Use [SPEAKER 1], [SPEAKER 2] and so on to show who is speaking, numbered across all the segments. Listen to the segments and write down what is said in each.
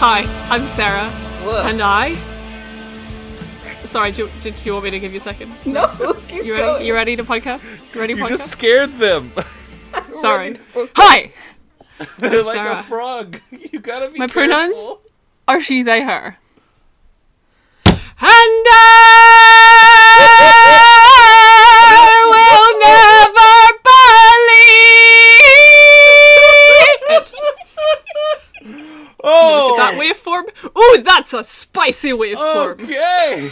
[SPEAKER 1] Hi, I'm Sarah.
[SPEAKER 2] Whoa.
[SPEAKER 3] Oh.
[SPEAKER 1] And I. Sorry, do, do, do you want me to give you a second?
[SPEAKER 2] no, keep
[SPEAKER 1] You
[SPEAKER 2] going.
[SPEAKER 1] ready? You ready to podcast? You ready to
[SPEAKER 3] You
[SPEAKER 1] podcast?
[SPEAKER 3] just scared them.
[SPEAKER 1] Sorry.
[SPEAKER 2] focus.
[SPEAKER 1] Hi!
[SPEAKER 3] They're like
[SPEAKER 1] Sarah.
[SPEAKER 3] a frog. You gotta be
[SPEAKER 1] My pronouns?
[SPEAKER 3] careful.
[SPEAKER 1] Or she, they, her. And I will never believe it.
[SPEAKER 3] Oh,
[SPEAKER 1] That waveform? Ooh, that's a spicy waveform.
[SPEAKER 3] okay.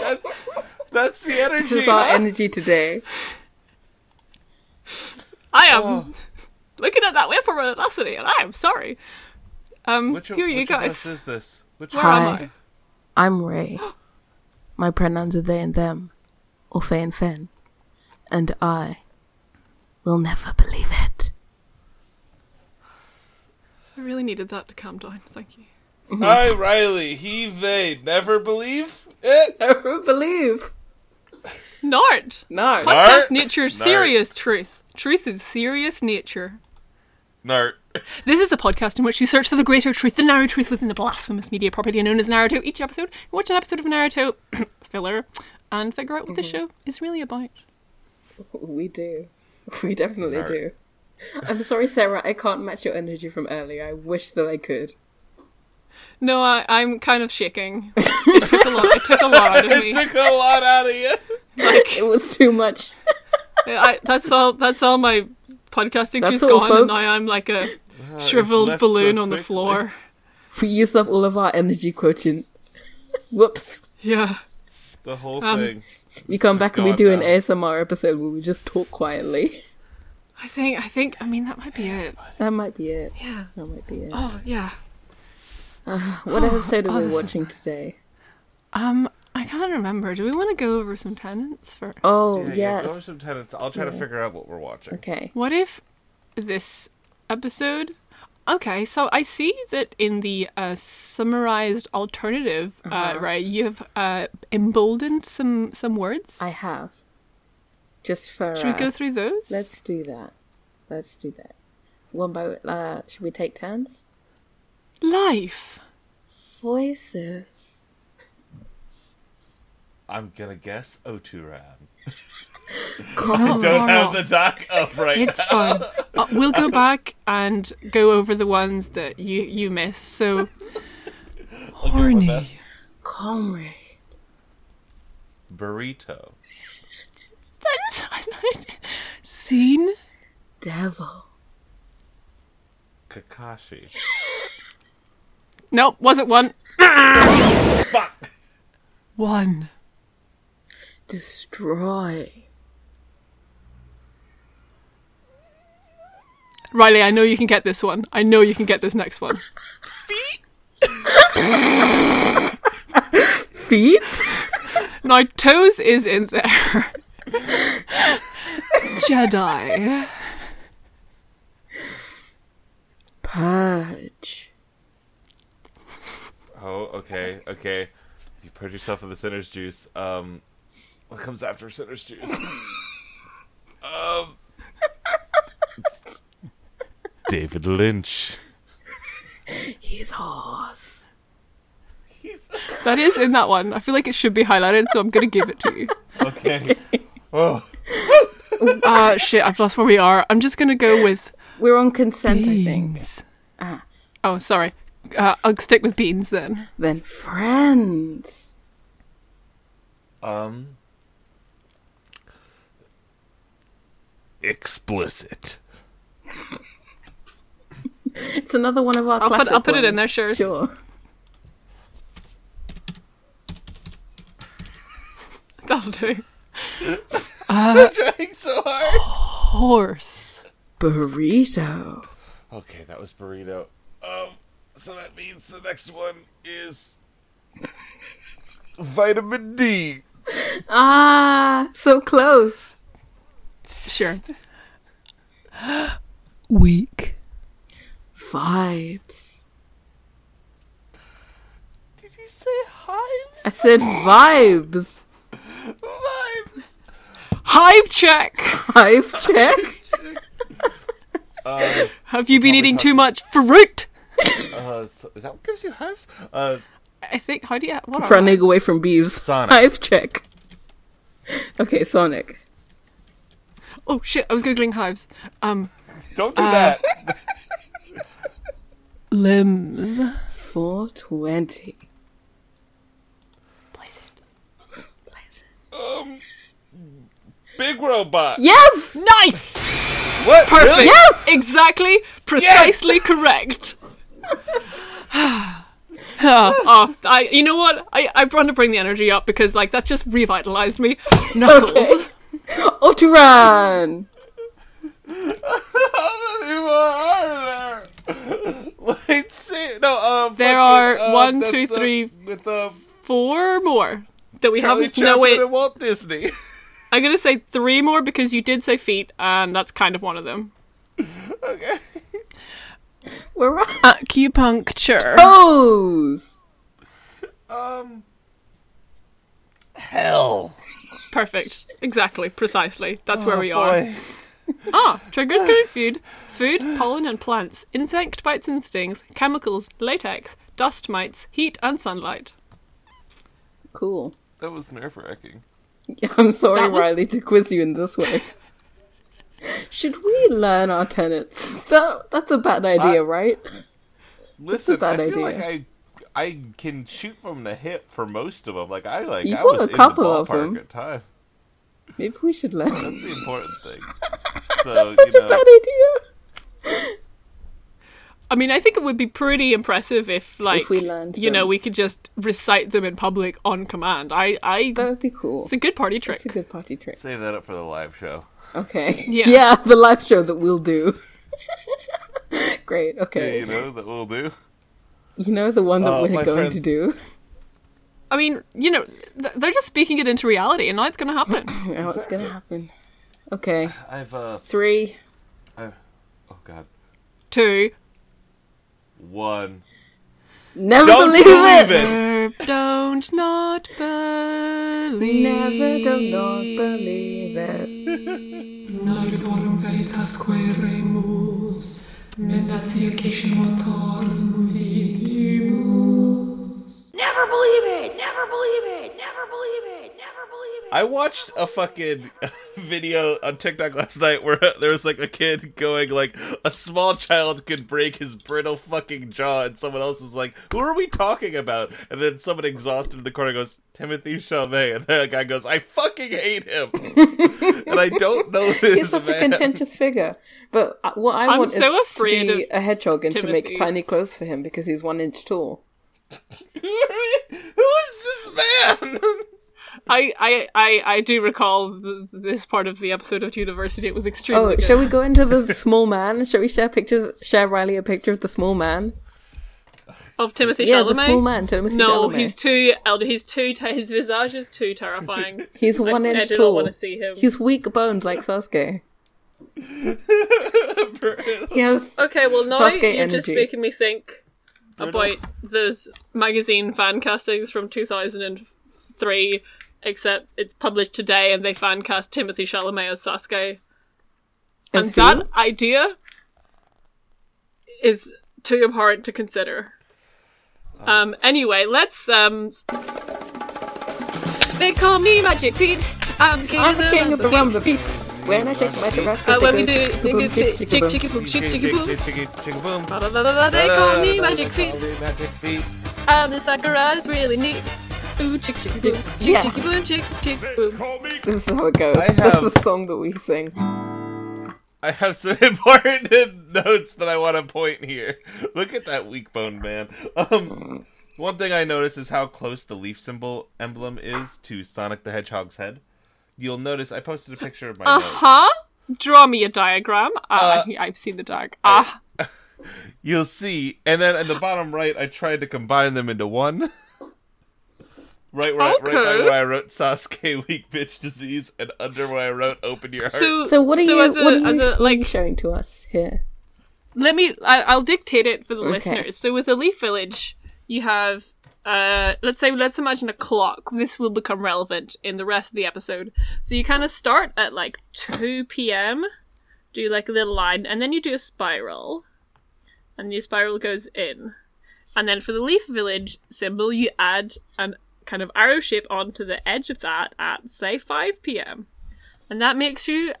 [SPEAKER 3] that's that's the energy.
[SPEAKER 2] This is our energy today.
[SPEAKER 1] I am
[SPEAKER 3] Oh.
[SPEAKER 1] looking at that waveform with audacity, and I am sorry. Um,
[SPEAKER 3] Which,
[SPEAKER 1] here you
[SPEAKER 3] which of us
[SPEAKER 1] guys.
[SPEAKER 3] is this? Which
[SPEAKER 1] Where
[SPEAKER 3] one
[SPEAKER 1] am
[SPEAKER 3] is
[SPEAKER 1] I?
[SPEAKER 3] it?
[SPEAKER 2] I'm Ray. My pronouns are they and them, or fe and fen, and I will never believe it.
[SPEAKER 1] I really needed that to calm down. Thank you.
[SPEAKER 3] I, Riley, he, they, never believe it.
[SPEAKER 2] Never believe.
[SPEAKER 1] Nart.
[SPEAKER 2] No.
[SPEAKER 1] Podcast
[SPEAKER 3] Nart.
[SPEAKER 1] nature, serious truth. Truth of serious nature.
[SPEAKER 3] Nart.
[SPEAKER 1] This is a podcast in which we search for the greater truth, the narrow truth within the blasphemous media property known as Naruto. Each episode, we watch an episode of Naruto filler and figure out what the show is really about.
[SPEAKER 2] We do. We definitely
[SPEAKER 3] Nerd.
[SPEAKER 2] do. I'm sorry, Sarah. I can't match your energy from earlier. I wish that I could.
[SPEAKER 1] No, I, I'm kind of shaking. It took a lot. It took a lot out of me.
[SPEAKER 3] It took a lot out of you.
[SPEAKER 1] Like
[SPEAKER 2] It was too much.
[SPEAKER 1] I, that's all. That's all my podcasting
[SPEAKER 2] That's
[SPEAKER 1] has
[SPEAKER 2] all,
[SPEAKER 1] gone,
[SPEAKER 2] folks.
[SPEAKER 1] and now I'm like a shriveled
[SPEAKER 3] left so
[SPEAKER 1] balloon on the
[SPEAKER 3] quickly.
[SPEAKER 1] floor.
[SPEAKER 2] We used up all of our energy quotient. Whoops.
[SPEAKER 1] Yeah.
[SPEAKER 3] The whole
[SPEAKER 1] Um,
[SPEAKER 3] thing.
[SPEAKER 2] You come back and we
[SPEAKER 3] gone
[SPEAKER 2] do an
[SPEAKER 3] now.
[SPEAKER 2] ASMR episode where we just talk quietly.
[SPEAKER 1] I think. I think. I mean, that might be it.
[SPEAKER 2] That might be it.
[SPEAKER 1] Yeah.
[SPEAKER 2] That might be it.
[SPEAKER 1] Oh, yeah.
[SPEAKER 2] What episode
[SPEAKER 1] oh,
[SPEAKER 2] are we
[SPEAKER 1] this is-
[SPEAKER 2] watching today?
[SPEAKER 1] Um, I can't remember. Do we want to go over some tenants for?
[SPEAKER 2] Oh,
[SPEAKER 3] Yeah, yeah, go over
[SPEAKER 2] yes.
[SPEAKER 3] some tenants. I'll try to figure out what we're watching.
[SPEAKER 2] Okay.
[SPEAKER 1] What if this episode? Okay, so I see that in the uh, summarized alternative, uh
[SPEAKER 2] Uh-huh.
[SPEAKER 1] right, you have uh, emboldened some some words.
[SPEAKER 2] I have. Just for.
[SPEAKER 1] Should we
[SPEAKER 2] uh,
[SPEAKER 1] go through those?
[SPEAKER 2] Let's do that. Let's do that. One by. Uh, should we take turns?
[SPEAKER 1] Life.
[SPEAKER 2] Voices.
[SPEAKER 3] I'm gonna guess O2 Ram.
[SPEAKER 1] Not
[SPEAKER 3] Don't
[SPEAKER 1] far
[SPEAKER 3] have
[SPEAKER 1] off.
[SPEAKER 3] the doc up right
[SPEAKER 1] It's fun. Uh, we'll go back and go over the ones that you you missed. So horny.
[SPEAKER 3] best.
[SPEAKER 2] Comrade.
[SPEAKER 3] Burrito.
[SPEAKER 1] That is highlighted. Scene.
[SPEAKER 2] Devil.
[SPEAKER 3] Kakashi.
[SPEAKER 1] Nope, wasn't one.
[SPEAKER 3] Fuck.
[SPEAKER 1] One.
[SPEAKER 2] Destroy.
[SPEAKER 1] Riley, I know you can get this one. I know you can get this next one.
[SPEAKER 2] Feet?
[SPEAKER 1] Now, toes is in there. Jedi.
[SPEAKER 2] Purge.
[SPEAKER 3] Oh, okay, okay. If you put yourself in the sinner's juice, um, what comes after sinner's juice? um, David Lynch.
[SPEAKER 2] He's horse.
[SPEAKER 3] He's
[SPEAKER 1] That is in that one. I feel like it should be highlighted, so I'm going to give it to you.
[SPEAKER 3] okay. Oh,
[SPEAKER 1] Ah, shit, I've lost where we are. I'm just going to go with
[SPEAKER 2] We're on consent, I think.
[SPEAKER 1] beans.
[SPEAKER 2] Ah.
[SPEAKER 1] Oh, sorry. Uh, I'll stick with beans then.
[SPEAKER 2] Then friends.
[SPEAKER 3] um, explicit.
[SPEAKER 2] It's another one of our
[SPEAKER 1] I'll put-
[SPEAKER 2] classic
[SPEAKER 1] I'll put it in
[SPEAKER 2] ones.
[SPEAKER 1] there, sure.
[SPEAKER 2] Sure.
[SPEAKER 1] That'll do.
[SPEAKER 3] I'm trying so hard.
[SPEAKER 1] Horse.
[SPEAKER 2] Burrito.
[SPEAKER 3] Okay, that was burrito. Um, so that means the next one is vitamin D.
[SPEAKER 2] Ah, so close.
[SPEAKER 1] Sure. Weak.
[SPEAKER 2] Vibes.
[SPEAKER 3] Did you say hives?
[SPEAKER 2] I said vibes.
[SPEAKER 3] Vibes.
[SPEAKER 1] Hive check.
[SPEAKER 2] Hive check.
[SPEAKER 3] Um,
[SPEAKER 1] Have you been
[SPEAKER 3] Probably
[SPEAKER 1] eating
[SPEAKER 3] can't
[SPEAKER 1] too
[SPEAKER 3] be-
[SPEAKER 1] much fruit?
[SPEAKER 3] uh, so- is that what gives you hives? Uh,
[SPEAKER 1] I think. How do you? What? are
[SPEAKER 2] Running away from beeves.
[SPEAKER 3] Sonic.
[SPEAKER 2] Hive check. Okay, Sonic.
[SPEAKER 1] they? Oh shit! I was googling hives. Um,
[SPEAKER 3] don't do that.
[SPEAKER 1] limbs.
[SPEAKER 2] 420.
[SPEAKER 3] Big robot.
[SPEAKER 2] Yes!
[SPEAKER 1] Nice.
[SPEAKER 3] What?
[SPEAKER 1] Perfect.
[SPEAKER 3] Really?
[SPEAKER 2] Yes!
[SPEAKER 1] Exactly. Precisely correct. oh, oh, I. You know what? I I want to bring the energy up because like that just revitalized me. Knuckles.
[SPEAKER 2] Okay. Oturan!
[SPEAKER 3] How many more are there? Wait, see, no. Uh,
[SPEAKER 1] There
[SPEAKER 3] fucking,
[SPEAKER 1] are
[SPEAKER 3] uh,
[SPEAKER 1] one,
[SPEAKER 3] that's,
[SPEAKER 1] two,
[SPEAKER 3] uh,
[SPEAKER 1] three,
[SPEAKER 3] With uh,
[SPEAKER 1] Four more that we
[SPEAKER 3] Charlie
[SPEAKER 1] haven't. No
[SPEAKER 3] Chaplin
[SPEAKER 1] wait.
[SPEAKER 3] and Walt Disney.
[SPEAKER 1] I'm gonna say three more because you did say feet, and that's kind of one of them.
[SPEAKER 3] okay.
[SPEAKER 2] We're on.
[SPEAKER 1] Acupuncture.
[SPEAKER 2] Toes!
[SPEAKER 3] Um. Hell.
[SPEAKER 1] Perfect. Exactly. Precisely. That's where we are.
[SPEAKER 3] Oh, Boy.
[SPEAKER 1] Ah, triggers current food, food, pollen and plants, insect bites and stings, chemicals, latex, dust mites, heat and sunlight.
[SPEAKER 2] Cool.
[SPEAKER 3] That was nerve wracking.
[SPEAKER 2] Yeah, I'm sorry,
[SPEAKER 1] That was-
[SPEAKER 2] Riley, to quiz you in this way. Should we learn our tenets? That, that's a bad idea,
[SPEAKER 3] Uh,
[SPEAKER 2] right?
[SPEAKER 3] Listen, I
[SPEAKER 2] bad
[SPEAKER 3] feel
[SPEAKER 2] idea.
[SPEAKER 3] like I, I can shoot from the hip for most of them. Like I like
[SPEAKER 2] You've
[SPEAKER 3] I
[SPEAKER 2] got
[SPEAKER 3] was
[SPEAKER 2] a
[SPEAKER 3] in the
[SPEAKER 2] couple of
[SPEAKER 3] ballpark
[SPEAKER 2] them.
[SPEAKER 3] At time.
[SPEAKER 2] Maybe we should learn.
[SPEAKER 3] That's the important thing. So
[SPEAKER 2] Such
[SPEAKER 3] you
[SPEAKER 2] a
[SPEAKER 3] know,
[SPEAKER 2] bad idea.
[SPEAKER 1] I mean, I think it would be pretty impressive if, like,
[SPEAKER 2] we learned
[SPEAKER 1] you know,
[SPEAKER 2] them.
[SPEAKER 1] we could just recite them in public on command. I, I,
[SPEAKER 2] That would be cool.
[SPEAKER 1] it's a good party trick.
[SPEAKER 2] It's a good party trick.
[SPEAKER 3] save that up for the live show.
[SPEAKER 2] Okay.
[SPEAKER 1] Yeah.
[SPEAKER 2] the live show that we'll do. Great. Okay.
[SPEAKER 3] You know that we'll do.
[SPEAKER 2] You know the one that
[SPEAKER 3] Oh,
[SPEAKER 2] we're
[SPEAKER 3] my
[SPEAKER 2] going
[SPEAKER 3] friend-
[SPEAKER 2] to do.
[SPEAKER 1] I mean, you know, th- they're just speaking it into reality, and now it's going to happen.
[SPEAKER 2] Now it's going
[SPEAKER 3] Exactly.
[SPEAKER 2] to happen. Okay.
[SPEAKER 3] I've uh
[SPEAKER 2] Three.
[SPEAKER 3] I've, oh god
[SPEAKER 1] Two.
[SPEAKER 3] one.
[SPEAKER 2] Never
[SPEAKER 3] Don't
[SPEAKER 2] believe,
[SPEAKER 3] believe
[SPEAKER 2] it.
[SPEAKER 3] it.
[SPEAKER 1] Verb don't not believe.
[SPEAKER 2] Never do not believe it.
[SPEAKER 4] Nardorum veritasque remus, mendatie motorum vidimus.
[SPEAKER 5] Never believe it! Never believe it! Never believe it! Never believe it!
[SPEAKER 3] I watched a fucking video on TikTok last night where there was like a kid going like a small child could break his brittle fucking jaw and someone else is like, Who are we talking about? And then someone exhausted in the corner goes, Timothy Chalamet and that guy goes, I fucking hate him And I don't know this.
[SPEAKER 2] He's such a
[SPEAKER 3] man.
[SPEAKER 2] contentious figure. But uh, what I
[SPEAKER 1] I'm
[SPEAKER 2] want
[SPEAKER 1] so
[SPEAKER 2] is to
[SPEAKER 1] afraid
[SPEAKER 2] be
[SPEAKER 1] of
[SPEAKER 2] a hedgehog and to
[SPEAKER 1] Timothy.
[SPEAKER 2] make tiny clothes for him because he's one inch tall.
[SPEAKER 3] Who are we- who is this man?
[SPEAKER 1] I, I, I, I do recall th- this part of the episode of University. It was extremely.
[SPEAKER 2] Oh,
[SPEAKER 1] good.
[SPEAKER 2] shall we go into the small man? Shall we share pictures? Share Riley a picture of the small man?
[SPEAKER 1] of Timothy
[SPEAKER 2] Yeah,
[SPEAKER 1] Chalamet?
[SPEAKER 2] the small man. Timothy
[SPEAKER 1] No,
[SPEAKER 2] Chalamet.
[SPEAKER 1] he's too elder. He's too. Ter- his visage is too terrifying.
[SPEAKER 2] He's
[SPEAKER 1] I,
[SPEAKER 2] one
[SPEAKER 1] I
[SPEAKER 2] inch
[SPEAKER 1] do not
[SPEAKER 2] tall.
[SPEAKER 1] want to see him.
[SPEAKER 2] He's weak boned like Sasuke. He has
[SPEAKER 1] okay, well now
[SPEAKER 2] Sasuke
[SPEAKER 1] you're just
[SPEAKER 2] energy.
[SPEAKER 1] making me think about those magazine fan castings from 2003, except it's published today and they fan cast Timothy Chalamet as Sasuke.
[SPEAKER 2] as
[SPEAKER 1] and
[SPEAKER 2] who?
[SPEAKER 1] that idea is too abhorrent to consider. Um, anyway, let's. Um, they call me Magic Pete. I'm king
[SPEAKER 2] I'm
[SPEAKER 1] of the,
[SPEAKER 2] the king of the
[SPEAKER 1] rumble.
[SPEAKER 2] rumble beats. When I shake my giraffe,
[SPEAKER 1] Uh,
[SPEAKER 2] they
[SPEAKER 1] when
[SPEAKER 2] go
[SPEAKER 1] we do it,
[SPEAKER 2] chicka
[SPEAKER 1] they
[SPEAKER 2] boom,
[SPEAKER 1] get the
[SPEAKER 2] chicka
[SPEAKER 1] chick
[SPEAKER 2] boom.
[SPEAKER 1] chicka poop, chick chicka poop.
[SPEAKER 3] They
[SPEAKER 1] Ba-da-da-da-da, They call me Magic Feet.
[SPEAKER 3] Magic feet.
[SPEAKER 1] I'm the Sakura is really neat. Ooh, chick chicka boom, chick
[SPEAKER 2] Yeah.
[SPEAKER 1] chicka boom, chick chick boom.
[SPEAKER 3] Call me
[SPEAKER 2] This is how it goes.
[SPEAKER 3] I
[SPEAKER 2] That's
[SPEAKER 3] have-
[SPEAKER 2] the song that we sing.
[SPEAKER 3] I have some important notes that I want to point here. Look at that weak bone man. Um, one thing I noticed is how close the leaf symbol emblem is to Sonic the Hedgehog's head. You'll notice I posted a picture of my
[SPEAKER 1] Uh
[SPEAKER 3] note.
[SPEAKER 1] huh. Draw me a diagram. Ah,
[SPEAKER 3] Uh,
[SPEAKER 1] I've seen the diagram. Ah,
[SPEAKER 3] You'll see, and then in the bottom right, I tried to combine them into one. Right where, I, right by
[SPEAKER 1] Okay.
[SPEAKER 3] where I wrote Sasuke weak bitch disease, and under where I wrote open your heart.
[SPEAKER 1] so
[SPEAKER 2] So what are you?
[SPEAKER 1] as a,
[SPEAKER 2] what are you,
[SPEAKER 1] as
[SPEAKER 2] what
[SPEAKER 1] a
[SPEAKER 2] are you
[SPEAKER 1] like
[SPEAKER 2] showing to us here?
[SPEAKER 1] let me I, i'll dictate it for the
[SPEAKER 2] Okay.
[SPEAKER 1] listeners so with a leaf village you have uh let's say let's imagine a clock this will become relevant in the rest of the episode so you kind of start at like 2 p.m do like a little line and then you do a spiral and your spiral goes in and then for the leaf village symbol you add an kind of arrow shape onto the edge of that at say 5 p.m and that makes you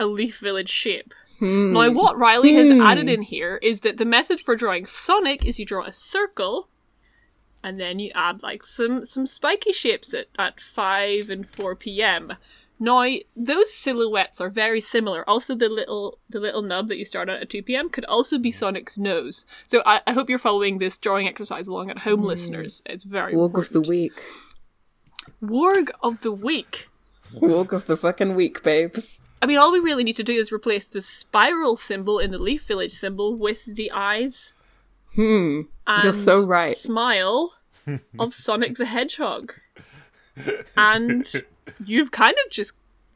[SPEAKER 1] a leaf village shape
[SPEAKER 2] Hmm.
[SPEAKER 1] now, what Riley has added in here is that the method for drawing Sonic is you draw a circle, and then you add like some some spiky shapes at at five and four p.m. Now, those silhouettes are very similar. Also, the little the little nub that you start at at two p.m. could also be Sonic's nose. So, I, I hope you're following this drawing exercise along at home, listeners. It's very
[SPEAKER 2] Hmm. Walk of the
[SPEAKER 1] important.
[SPEAKER 2] week.
[SPEAKER 1] Warg of the week.
[SPEAKER 2] Walk of the fucking week, babes.
[SPEAKER 1] I mean, all we really need to do is replace the spiral symbol in the Leaf Village symbol with the eyes. Hmm.
[SPEAKER 2] you're so right.
[SPEAKER 1] Smile of Sonic the Hedgehog. And you've kind of just.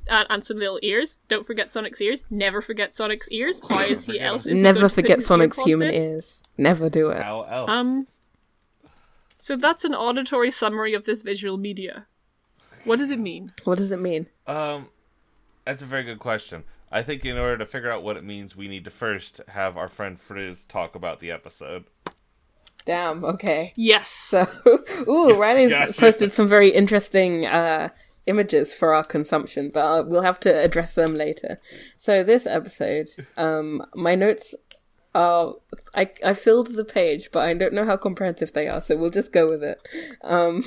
[SPEAKER 1] And, and some little ears. Don't forget Sonic's ears. Never forget Sonic's ears. How is he else? Is he
[SPEAKER 2] Never
[SPEAKER 1] going to put
[SPEAKER 2] forget
[SPEAKER 1] his ear
[SPEAKER 2] Sonic's
[SPEAKER 1] prods
[SPEAKER 2] human
[SPEAKER 1] in?
[SPEAKER 2] ears. Never do it.
[SPEAKER 3] How else?
[SPEAKER 1] Um, so that's an auditory summary of this visual media. What does it mean?
[SPEAKER 2] What does it mean?
[SPEAKER 3] Um, that's a very good question. I think in order to figure out what it means, we need to first have our friend Frizz talk about the episode.
[SPEAKER 2] Damn. Okay.
[SPEAKER 1] Yes.
[SPEAKER 2] So, ooh, Riley's
[SPEAKER 3] Gotcha.
[SPEAKER 2] posted some very interesting uh, images for our consumption, but uh, we'll have to address them later. So, this episode, um, my notes are. I, I filled the page, but I don't know how comprehensive they are, so we'll just go with it. Um,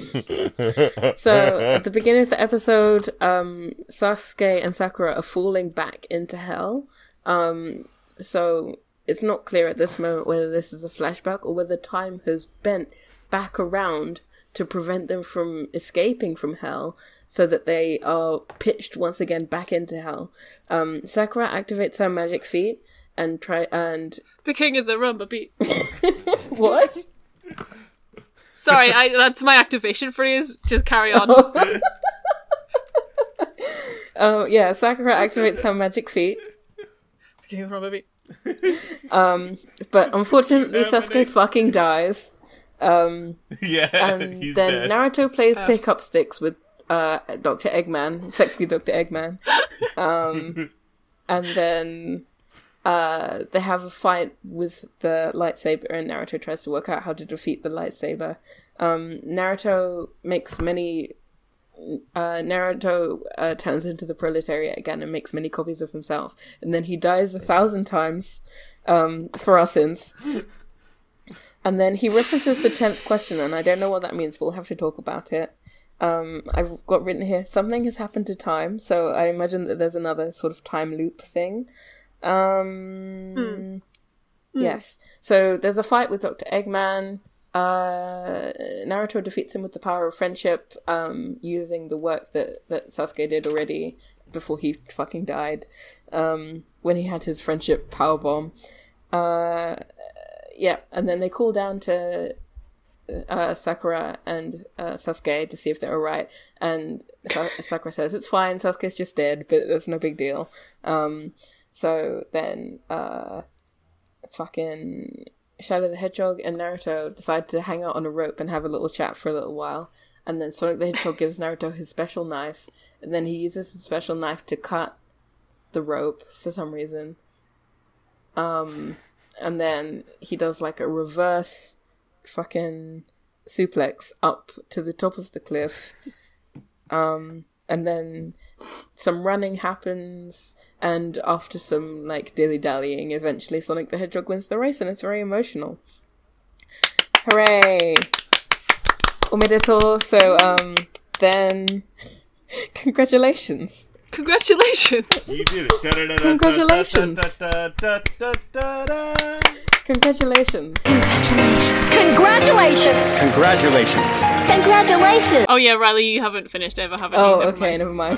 [SPEAKER 2] so, at the beginning of the episode, um, Sasuke and Sakura are falling back into hell. Um, so, it's not clear at this moment whether this is a flashback or whether time has bent back around to prevent them from escaping from hell so that they are pitched once again back into hell. Um, Sakura activates her magic feet and try and
[SPEAKER 1] The king of the rumba beat.
[SPEAKER 2] what?
[SPEAKER 1] Sorry, I, that's my activation phrase. Just carry on.
[SPEAKER 2] Oh yeah, Sakura activates her magic feet,
[SPEAKER 1] It's king of the rumba beat.
[SPEAKER 2] but unfortunately Sasuke fucking dies.
[SPEAKER 3] yeah,
[SPEAKER 2] And
[SPEAKER 3] he's
[SPEAKER 2] Um,
[SPEAKER 3] dead.
[SPEAKER 2] then Naruto plays pick up sticks with uh, Dr. Eggman, sexy Dr. Eggman. Um, and then uh, they have a fight with the lightsaber, and Naruto tries to work out how to defeat the lightsaber. Um, Naruto makes many. Uh, Naruto uh, turns into the proletariat again and makes many copies of himself, and then he dies a thousand times um, for our sins. And then he references the tenth question, and I don't know what that means. We'll have to talk about it. Um, I've got written here something has happened to time, so I imagine that there's another sort of time loop thing. Um, Yes. So there's a fight with Doctor Eggman. Uh, Naruto defeats him with the power of friendship, um, using the work that that Sasuke did already before he fucking died. Um, when he had his friendship power bomb. Uh, yeah, and then they call down to uh, Sakura and uh, Sasuke to see if they're all right. And Sa- Sakura says it's fine. Sasuke's just dead, but that's no big deal. Um, so then, uh, fucking Shadow the Hedgehog and Naruto decide to hang out on a rope and have a little chat for a little while. And then Sonic the Hedgehog gives Naruto his special knife, and then he uses his special knife to cut the rope for some reason. Um, and then he does like a reverse fucking suplex up to the top of the cliff. Um, and then some running happens, and after some like dilly dallying, eventually Sonic the Hedgehog wins the race, and it's very emotional. Hooray! Omedetou. So um, then, congratulations.
[SPEAKER 1] Congratulations!
[SPEAKER 3] You did it. Da-da-da-da-da-da-da-da-da-da.
[SPEAKER 2] Congratulations. Congratulations.
[SPEAKER 6] Congratulations!
[SPEAKER 7] Congratulations.
[SPEAKER 6] Congratulations!
[SPEAKER 1] Oh yeah, Riley, you haven't finished Ava, haven't you?
[SPEAKER 2] Oh,
[SPEAKER 1] Never
[SPEAKER 2] okay,
[SPEAKER 1] mind.
[SPEAKER 2] never mind.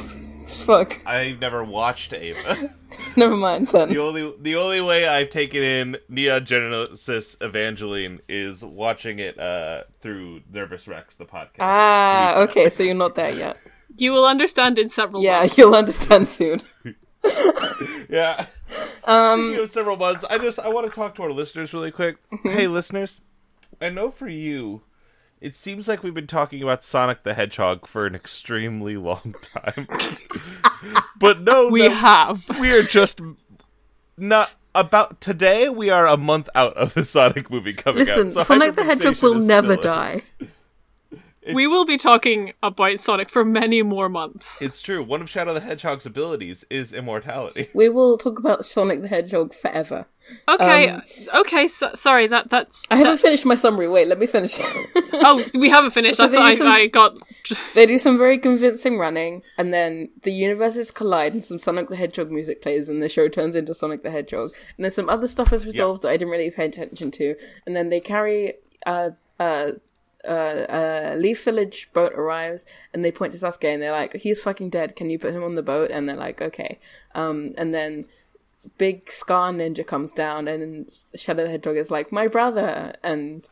[SPEAKER 2] Fuck.
[SPEAKER 3] I've never watched Ava.
[SPEAKER 2] Never mind then.
[SPEAKER 3] The only the only way I've taken in Neon Genesis Evangeline is watching it uh, through Nervous Rex, the podcast.
[SPEAKER 2] Ah, okay, so you're not there yet.
[SPEAKER 1] You will understand in several
[SPEAKER 2] Yeah,
[SPEAKER 1] months.
[SPEAKER 2] you'll understand soon.
[SPEAKER 3] Yeah.
[SPEAKER 2] Um,
[SPEAKER 3] Speaking of several months, I just I want to talk to our listeners really quick.
[SPEAKER 2] Mm-hmm.
[SPEAKER 3] hey, listeners, I know for you, it seems like we've been talking about Sonic the Hedgehog for an extremely long time, but no,
[SPEAKER 1] We have.
[SPEAKER 3] we are just not about today. We are a month out of the Sonic movie coming out.
[SPEAKER 2] Listen,
[SPEAKER 3] so
[SPEAKER 2] Sonic the Hedgehog
[SPEAKER 3] hyperfixation
[SPEAKER 2] will
[SPEAKER 3] is
[SPEAKER 2] never
[SPEAKER 3] still a-
[SPEAKER 2] die.
[SPEAKER 1] We will be talking about Sonic for many more months.
[SPEAKER 3] It's true. One of Shadow the Hedgehog's abilities is immortality.
[SPEAKER 2] We will talk about Sonic the Hedgehog forever.
[SPEAKER 1] Okay,
[SPEAKER 2] Um,
[SPEAKER 1] okay. So, sorry, that that's.
[SPEAKER 2] I haven't finished my summary. Wait, let me finish.
[SPEAKER 1] Oh, we haven't finished. I
[SPEAKER 2] they
[SPEAKER 1] thought I,
[SPEAKER 2] use some-
[SPEAKER 1] I got.
[SPEAKER 2] they do some very convincing running, and then the universes collide, and some Sonic the Hedgehog music plays, and the show turns into Sonic the Hedgehog. And then some other stuff is resolved that I didn't really pay attention to. And then they carry uh uh uh, uh, Leaf Village boat arrives and they point to Sasuke and they're like, he's fucking dead. Can you put him on the boat? And they're like, okay. Um, and then big Scar Ninja comes down and Shadow the Hedgehog is like, my brother. And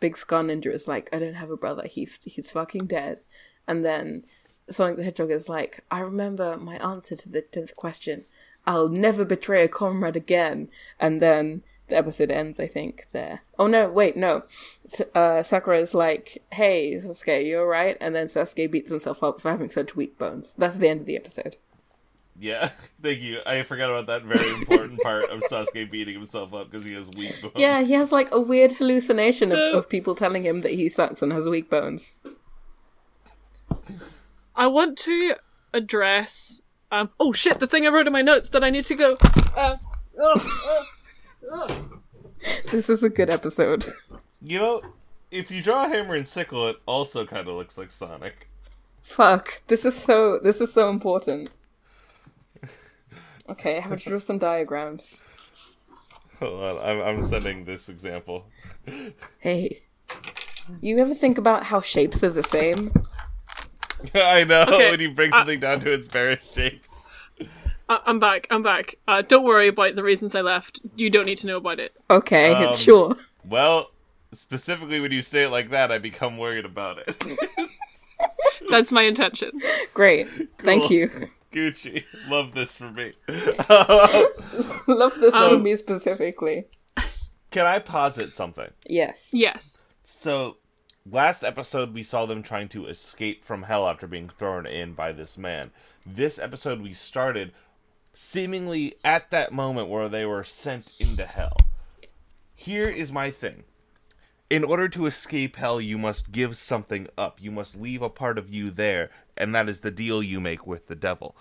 [SPEAKER 2] big Scar Ninja is like, I don't have a brother. He he's fucking dead. And then Sonic the Hedgehog is like, I remember my answer to the tenth question. I'll never betray a comrade again. And then the episode ends, I think. There. Oh no, wait, no. S- Uh, Sakura is like, "Hey, Sasuke, you alright?" And then Sasuke beats himself up for having such weak bones. That's the end of the episode.
[SPEAKER 3] Yeah, thank you. I forgot about that very important part of Sasuke beating himself up because he has weak bones.
[SPEAKER 2] Yeah, he has like a weird hallucination
[SPEAKER 1] So-
[SPEAKER 2] of, of people telling him that he sucks and has weak bones.
[SPEAKER 1] I want to address. Um, oh shit! The thing I wrote in my notes that I need to go. Uh,
[SPEAKER 2] This is a good episode.
[SPEAKER 3] You know, if you draw a hammer and sickle, it also kind of looks like Sonic.
[SPEAKER 2] Fuck. This is so this is so important. Okay, I have to draw some diagrams.
[SPEAKER 3] Hold on, I'm, I'm sending this example.
[SPEAKER 2] Hey. You ever think about how shapes are the same?
[SPEAKER 3] I know
[SPEAKER 1] Okay,
[SPEAKER 3] when you break something down to its various shapes.
[SPEAKER 1] I- uh, I'm back. I'm back. Uh, don't worry about the reasons I left. You don't need to know about it.
[SPEAKER 2] Okay,
[SPEAKER 3] Um,
[SPEAKER 2] sure.
[SPEAKER 3] Well, specifically when you say it like that, I become worried about it.
[SPEAKER 1] That's my intention.
[SPEAKER 2] Great. Thank
[SPEAKER 3] cool.
[SPEAKER 2] you.
[SPEAKER 3] Gucci, love this for me.
[SPEAKER 2] Love this for me specifically.
[SPEAKER 3] Can I posit something?
[SPEAKER 2] Yes.
[SPEAKER 1] Yes.
[SPEAKER 3] So, last episode we saw them trying to escape from hell after being thrown in by this man. This episode we started seemingly at that moment where they were sent into hell. Here is my thing. In order to escape hell, you must give something up. You must leave a part of you there, and that is the deal you make with the devil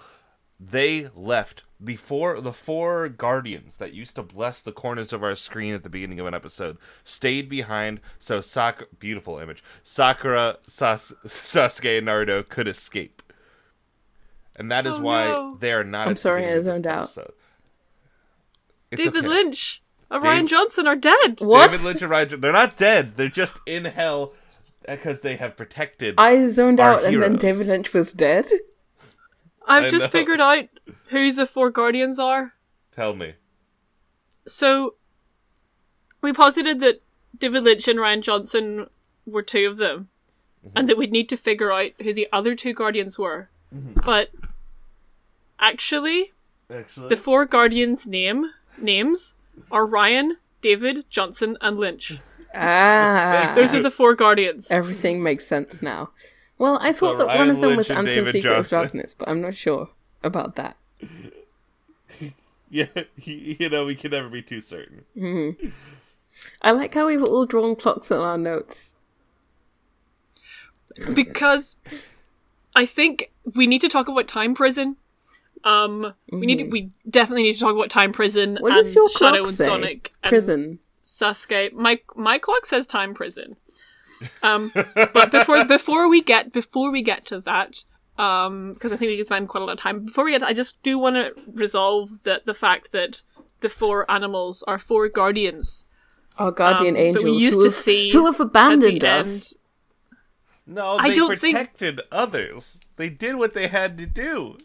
[SPEAKER 3] they left the four the four guardians that used to bless the corners of our screen at the beginning of an episode stayed behind so Sakura beautiful image Sakura Sas- Sasuke and Naruto could escape and that is
[SPEAKER 1] Oh,
[SPEAKER 3] why
[SPEAKER 1] no.
[SPEAKER 3] they are not
[SPEAKER 2] I'm
[SPEAKER 3] at the
[SPEAKER 2] sorry,
[SPEAKER 3] beginning
[SPEAKER 2] I
[SPEAKER 3] of this
[SPEAKER 2] zoned out.
[SPEAKER 3] episode. It's
[SPEAKER 1] David
[SPEAKER 3] okay.
[SPEAKER 1] Lynch, and Ryan
[SPEAKER 3] Dave-
[SPEAKER 1] Johnson are dead.
[SPEAKER 2] What?
[SPEAKER 3] David Lynch and Ryan Johnson- they're not dead they're just in hell because they have protected
[SPEAKER 2] I zoned
[SPEAKER 3] Our
[SPEAKER 2] out and then
[SPEAKER 3] heroes.
[SPEAKER 2] David Lynch was dead.
[SPEAKER 1] I've
[SPEAKER 3] I
[SPEAKER 1] just
[SPEAKER 3] know.
[SPEAKER 1] figured out who the four guardians are.
[SPEAKER 3] tell me
[SPEAKER 1] So we posited that David Lynch and Ryan Johnson were two of them,
[SPEAKER 3] Mm-hmm.
[SPEAKER 1] and that we'd need to figure out who the other two guardians were.
[SPEAKER 3] Mm-hmm.
[SPEAKER 1] But actually,
[SPEAKER 3] actually
[SPEAKER 1] the four guardians' name names are Ryan, David, Johnson, and Lynch.
[SPEAKER 2] Ah.
[SPEAKER 1] Those are the four guardians.
[SPEAKER 2] Everything makes sense now. Well, I thought that
[SPEAKER 3] Ryan
[SPEAKER 2] one of them
[SPEAKER 3] Lynch
[SPEAKER 2] was
[SPEAKER 3] and
[SPEAKER 2] Ansem
[SPEAKER 3] David
[SPEAKER 2] Secret of
[SPEAKER 3] Johnson.
[SPEAKER 2] Darkness, but I'm not sure about that.
[SPEAKER 3] yeah you know we can never be too certain
[SPEAKER 2] I like how we've all drawn clocks on our notes.
[SPEAKER 1] because I think we need to talk about time prison. Um, we need to, we definitely need to talk about time prison
[SPEAKER 2] Mm-hmm. What
[SPEAKER 1] and
[SPEAKER 2] does your clock
[SPEAKER 1] Shadow and
[SPEAKER 2] say?
[SPEAKER 1] Sonic and
[SPEAKER 2] Prison.
[SPEAKER 1] Sasuke. My my clock says time prison. Um, but before before we get before we get to that, um because i think we can spend quite a lot of time before we get i just do want to resolve that the fact that the four animals are four guardians
[SPEAKER 2] Our guardian
[SPEAKER 1] Um, that
[SPEAKER 2] angels
[SPEAKER 1] we used
[SPEAKER 2] who
[SPEAKER 1] to
[SPEAKER 2] have,
[SPEAKER 1] see
[SPEAKER 2] who have
[SPEAKER 1] at the
[SPEAKER 2] abandoned us.
[SPEAKER 1] end.
[SPEAKER 3] No, they
[SPEAKER 1] I don't think-
[SPEAKER 3] protected others. They did what they had to do.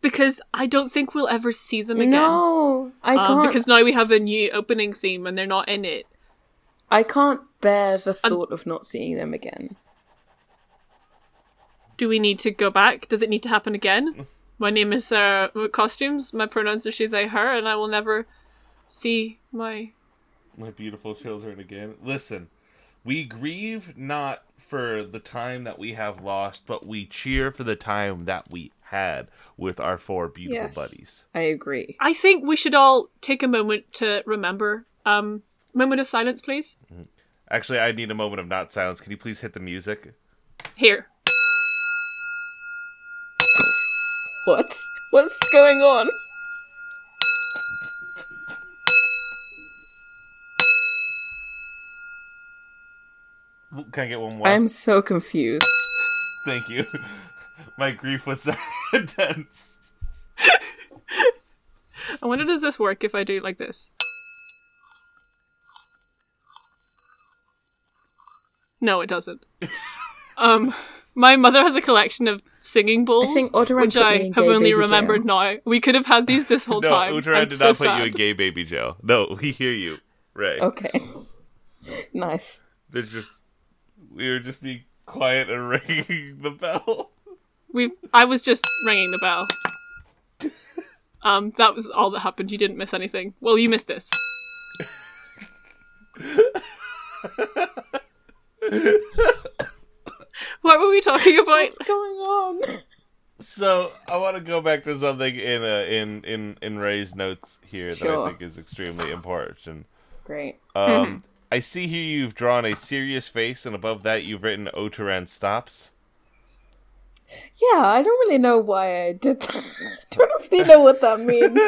[SPEAKER 1] because i don't think we'll ever see them again
[SPEAKER 2] No, I
[SPEAKER 1] um,
[SPEAKER 2] can't.
[SPEAKER 1] because now we have a new opening theme and they're not in it
[SPEAKER 2] I can't bear the
[SPEAKER 1] I'm-
[SPEAKER 2] thought of not seeing them again.
[SPEAKER 1] do we need to go back does it need to happen again my name is uh costumes my pronouns are she they her and i will never see my
[SPEAKER 3] my beautiful children again. Listen, we grieve not for the time that we have lost, but we cheer for the time that we had with our four beautiful
[SPEAKER 2] Yes.
[SPEAKER 3] buddies.
[SPEAKER 2] I agree.
[SPEAKER 1] I think we should all take a moment to remember. Um, moment of silence, please.
[SPEAKER 3] Actually, I need a moment of not silence. Can you please hit the music?
[SPEAKER 1] Here.
[SPEAKER 2] What? What's going on?
[SPEAKER 3] W- Can I get one more?
[SPEAKER 2] I'm so confused.
[SPEAKER 3] Thank you. My grief was that intense.
[SPEAKER 1] I wonder does this work if I do it like this? No, it doesn't. um, my mother has a collection of singing bowls,
[SPEAKER 2] think Odoran
[SPEAKER 1] which
[SPEAKER 2] put me
[SPEAKER 1] I
[SPEAKER 2] in
[SPEAKER 1] have
[SPEAKER 2] gay
[SPEAKER 1] only
[SPEAKER 2] baby
[SPEAKER 1] remembered now. We could have had these this whole
[SPEAKER 3] No,
[SPEAKER 1] time.
[SPEAKER 3] Uteran
[SPEAKER 1] I'm
[SPEAKER 3] did
[SPEAKER 1] so
[SPEAKER 3] not put
[SPEAKER 1] sad. Oh.
[SPEAKER 3] you in gay baby jail. No, we hear you. Right.
[SPEAKER 2] Okay. nice.
[SPEAKER 3] There's just we were just being quiet and ringing the bell.
[SPEAKER 1] We, I was just ringing the bell. Um, that was all that happened. You didn't miss anything. Well, you missed this. what were we talking about?
[SPEAKER 2] What's going on?
[SPEAKER 3] So I want to go back to something in uh, in in in Ray's notes here that I
[SPEAKER 2] Sure.
[SPEAKER 3] think is extremely important.
[SPEAKER 2] Great.
[SPEAKER 3] Um, I see here you've drawn a serious face, and above that you've written "Oteran stops."
[SPEAKER 2] Yeah, I don't really know why I did that. I don't really know what that means.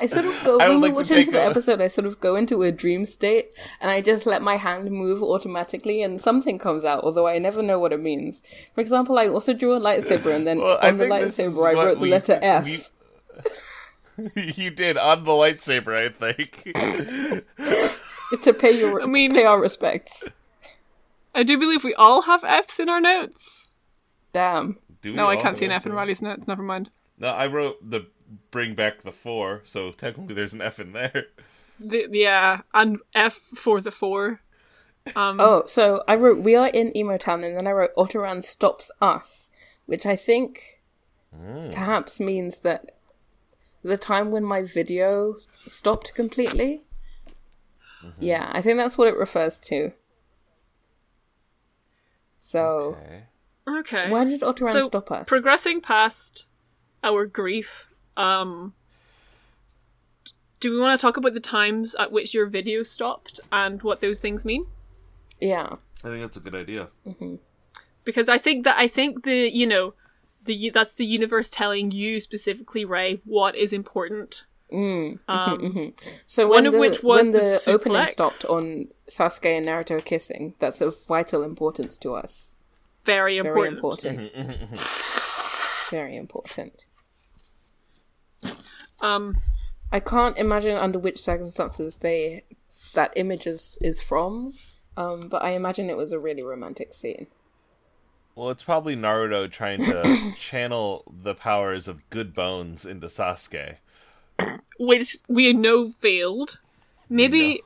[SPEAKER 2] I sort of go
[SPEAKER 3] I would
[SPEAKER 2] when we
[SPEAKER 3] like to
[SPEAKER 2] watch into
[SPEAKER 3] take
[SPEAKER 2] the
[SPEAKER 3] a-
[SPEAKER 2] episode, I sort of go into a dream state and I just let my hand move automatically and something comes out, although I never know what it means. For example, I also drew a lightsaber and then
[SPEAKER 3] Well, I
[SPEAKER 2] on the
[SPEAKER 3] think this is
[SPEAKER 2] lightsaber I
[SPEAKER 3] what
[SPEAKER 2] wrote the
[SPEAKER 3] we-
[SPEAKER 2] letter F.
[SPEAKER 3] we- you did on the lightsaber, I think.
[SPEAKER 2] to pay your I
[SPEAKER 1] mean-
[SPEAKER 2] mean, pay our respects.
[SPEAKER 1] I do believe we all have Fs in our notes.
[SPEAKER 2] Damn.
[SPEAKER 3] Do we
[SPEAKER 1] No, I
[SPEAKER 3] all
[SPEAKER 1] can't see an
[SPEAKER 3] have
[SPEAKER 1] F in
[SPEAKER 3] lightsaber?
[SPEAKER 1] Riley's notes. Never mind.
[SPEAKER 3] No, I wrote the "Bring back the four, so technically there's an F in there.
[SPEAKER 1] The, yeah, and F for the four.
[SPEAKER 2] Oh, so I wrote we are in emo town, and then I wrote Otteran stops us, which I think perhaps means that the time when my video stopped completely. Yeah, I think that's what it refers to. So
[SPEAKER 1] Okay.
[SPEAKER 2] why did Otteran
[SPEAKER 1] so
[SPEAKER 2] stop us?
[SPEAKER 1] progressing past our grief um do we want to talk about the times at which your video stopped and what those things mean
[SPEAKER 2] yeah,
[SPEAKER 3] I think that's a good idea.
[SPEAKER 1] because i think that i think the you know the u- that's the universe telling you specifically ray what is important um
[SPEAKER 2] so
[SPEAKER 1] One
[SPEAKER 2] when
[SPEAKER 1] of
[SPEAKER 2] the-
[SPEAKER 1] which was
[SPEAKER 2] when
[SPEAKER 1] the
[SPEAKER 2] the opening
[SPEAKER 1] suplex.
[SPEAKER 2] stopped on Sasuke and Naruto kissing. That's of vital importance to us.
[SPEAKER 1] very important
[SPEAKER 2] Very important. Very important.
[SPEAKER 1] um
[SPEAKER 2] I can't imagine under which circumstances they that image is, is from, um, but I imagine it was a really romantic scene.
[SPEAKER 3] Well, it's probably Naruto trying to channel the powers of good bones into Sasuke.
[SPEAKER 1] which we know failed maybe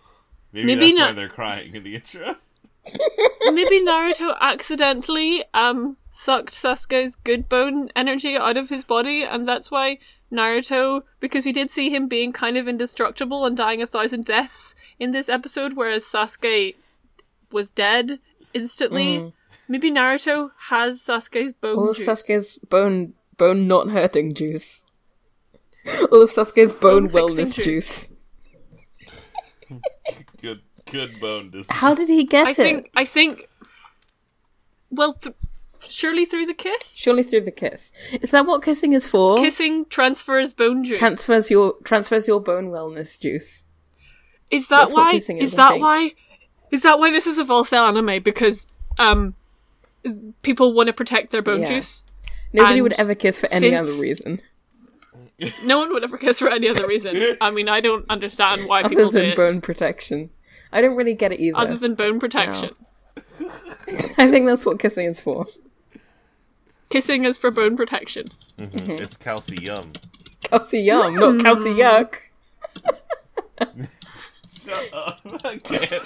[SPEAKER 3] Maybe,
[SPEAKER 1] Maybe
[SPEAKER 3] that's why
[SPEAKER 1] not-
[SPEAKER 3] they're crying in the intro.
[SPEAKER 1] Maybe Naruto accidentally um sucked Sasuke's good bone energy out of his body, and that's why Naruto, because we did see him being kind of indestructible and dying a thousand deaths in this episode, whereas Sasuke was dead instantly. Maybe Naruto has Sasuke's bone
[SPEAKER 2] All of
[SPEAKER 1] juice.
[SPEAKER 2] Sasuke's bone bone not hurting juice. All of Sasuke's bone,
[SPEAKER 1] Bone-fixing
[SPEAKER 2] wellness
[SPEAKER 1] juice.
[SPEAKER 2] juice.
[SPEAKER 3] Good, good bone disease.
[SPEAKER 2] How did he get
[SPEAKER 1] I
[SPEAKER 2] it?
[SPEAKER 1] think. I think. Well, th- surely through the kiss.
[SPEAKER 2] Surely through the kiss. Is that what kissing is for?
[SPEAKER 1] Kissing transfers bone juice.
[SPEAKER 2] transfers your transfers your bone wellness juice.
[SPEAKER 1] Is that
[SPEAKER 2] That's what
[SPEAKER 1] why?
[SPEAKER 2] kissing is,
[SPEAKER 1] is
[SPEAKER 2] I
[SPEAKER 1] that
[SPEAKER 2] think.
[SPEAKER 1] why? Is that why this is a Volcel anime? Because um, people want to protect their bone
[SPEAKER 2] Yeah.
[SPEAKER 1] juice.
[SPEAKER 2] Nobody
[SPEAKER 1] And
[SPEAKER 2] would ever kiss for any
[SPEAKER 1] since-
[SPEAKER 2] other reason
[SPEAKER 1] No one would ever kiss for any other reason. I mean, I don't understand why
[SPEAKER 2] other
[SPEAKER 1] people do
[SPEAKER 2] than
[SPEAKER 1] it.
[SPEAKER 2] bone protection. I don't really get it either.
[SPEAKER 1] other than bone protection.
[SPEAKER 2] I think that's what kissing is for.
[SPEAKER 1] Kissing is for bone protection.
[SPEAKER 3] It's calcium.
[SPEAKER 2] Kelsey Yum, not Kelsey Yuck.
[SPEAKER 3] Shut up. I can't.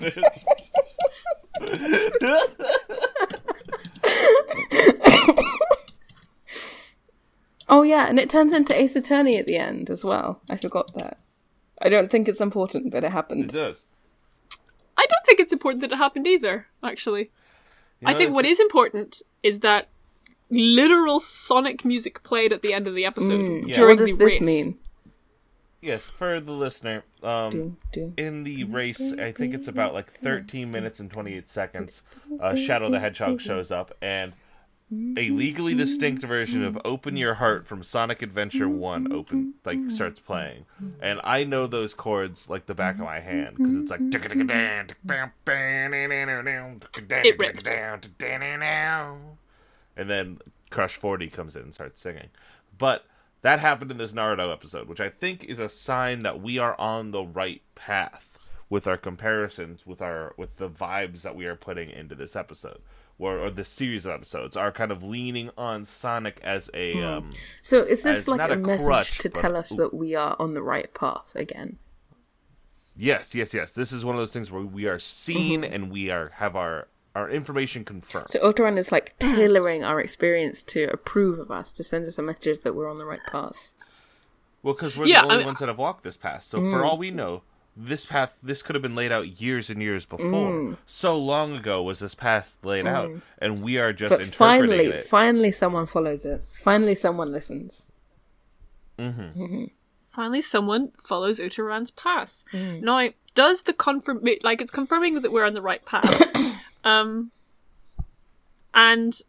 [SPEAKER 2] Oh yeah, and it turns into Ace Attorney at the end as well. I forgot that. I don't think it's important that it
[SPEAKER 3] it
[SPEAKER 2] happened.
[SPEAKER 3] does.
[SPEAKER 1] I don't think it's important that it happened either, actually.
[SPEAKER 3] You
[SPEAKER 1] I
[SPEAKER 3] know,
[SPEAKER 1] think
[SPEAKER 3] it's-
[SPEAKER 1] what is important is that literal sonic music played at the end of the episode
[SPEAKER 3] Yeah.
[SPEAKER 1] during
[SPEAKER 2] Mm. What does
[SPEAKER 1] the
[SPEAKER 2] this
[SPEAKER 1] race.
[SPEAKER 2] mean?
[SPEAKER 3] Yes, for the listener, um,
[SPEAKER 2] Dun, dun.
[SPEAKER 3] in the race, I think it's about like 13 minutes and 28 seconds. Uh, Shadow the Hedgehog shows up, and a legally distinct version of "Open Your Heart" from Sonic Adventure One open like starts playing, and I know those chords like the back of my hand because it's like it and then Crush 40 comes in and starts singing. But that happened in this Naruto episode, which I think is a sign that we are on the right path with our comparisons, with our with the vibes that we are putting into this episode or, or this series of episodes are kind of leaning on Sonic as a um
[SPEAKER 2] So is
[SPEAKER 3] Uh, it's
[SPEAKER 2] this
[SPEAKER 3] not
[SPEAKER 2] like a,
[SPEAKER 3] a
[SPEAKER 2] message
[SPEAKER 3] crutch,
[SPEAKER 2] to
[SPEAKER 3] but-
[SPEAKER 2] tell us that we are on the right path again?
[SPEAKER 3] yes, yes, yes. This is one of those things where we are seen and we are have our our information confirmed.
[SPEAKER 2] So Otoran is like tailoring our experience to approve of us, to send us a message that we're on the right path.
[SPEAKER 3] Well, because we're
[SPEAKER 1] Yeah,
[SPEAKER 3] the
[SPEAKER 1] I
[SPEAKER 3] only
[SPEAKER 1] mean-
[SPEAKER 3] ones that have walked this path. So
[SPEAKER 2] Mm.
[SPEAKER 3] for all we know, this path this could have been laid out years and years before.
[SPEAKER 2] Mm.
[SPEAKER 3] So long ago was this path laid out, and we are just
[SPEAKER 2] But
[SPEAKER 3] interpreting
[SPEAKER 2] finally,
[SPEAKER 3] it.
[SPEAKER 2] finally, someone follows it. Finally, someone listens.
[SPEAKER 1] Finally, someone follows Uteran's path. Now, does the confirm like it's confirming that we're on the right path? um, and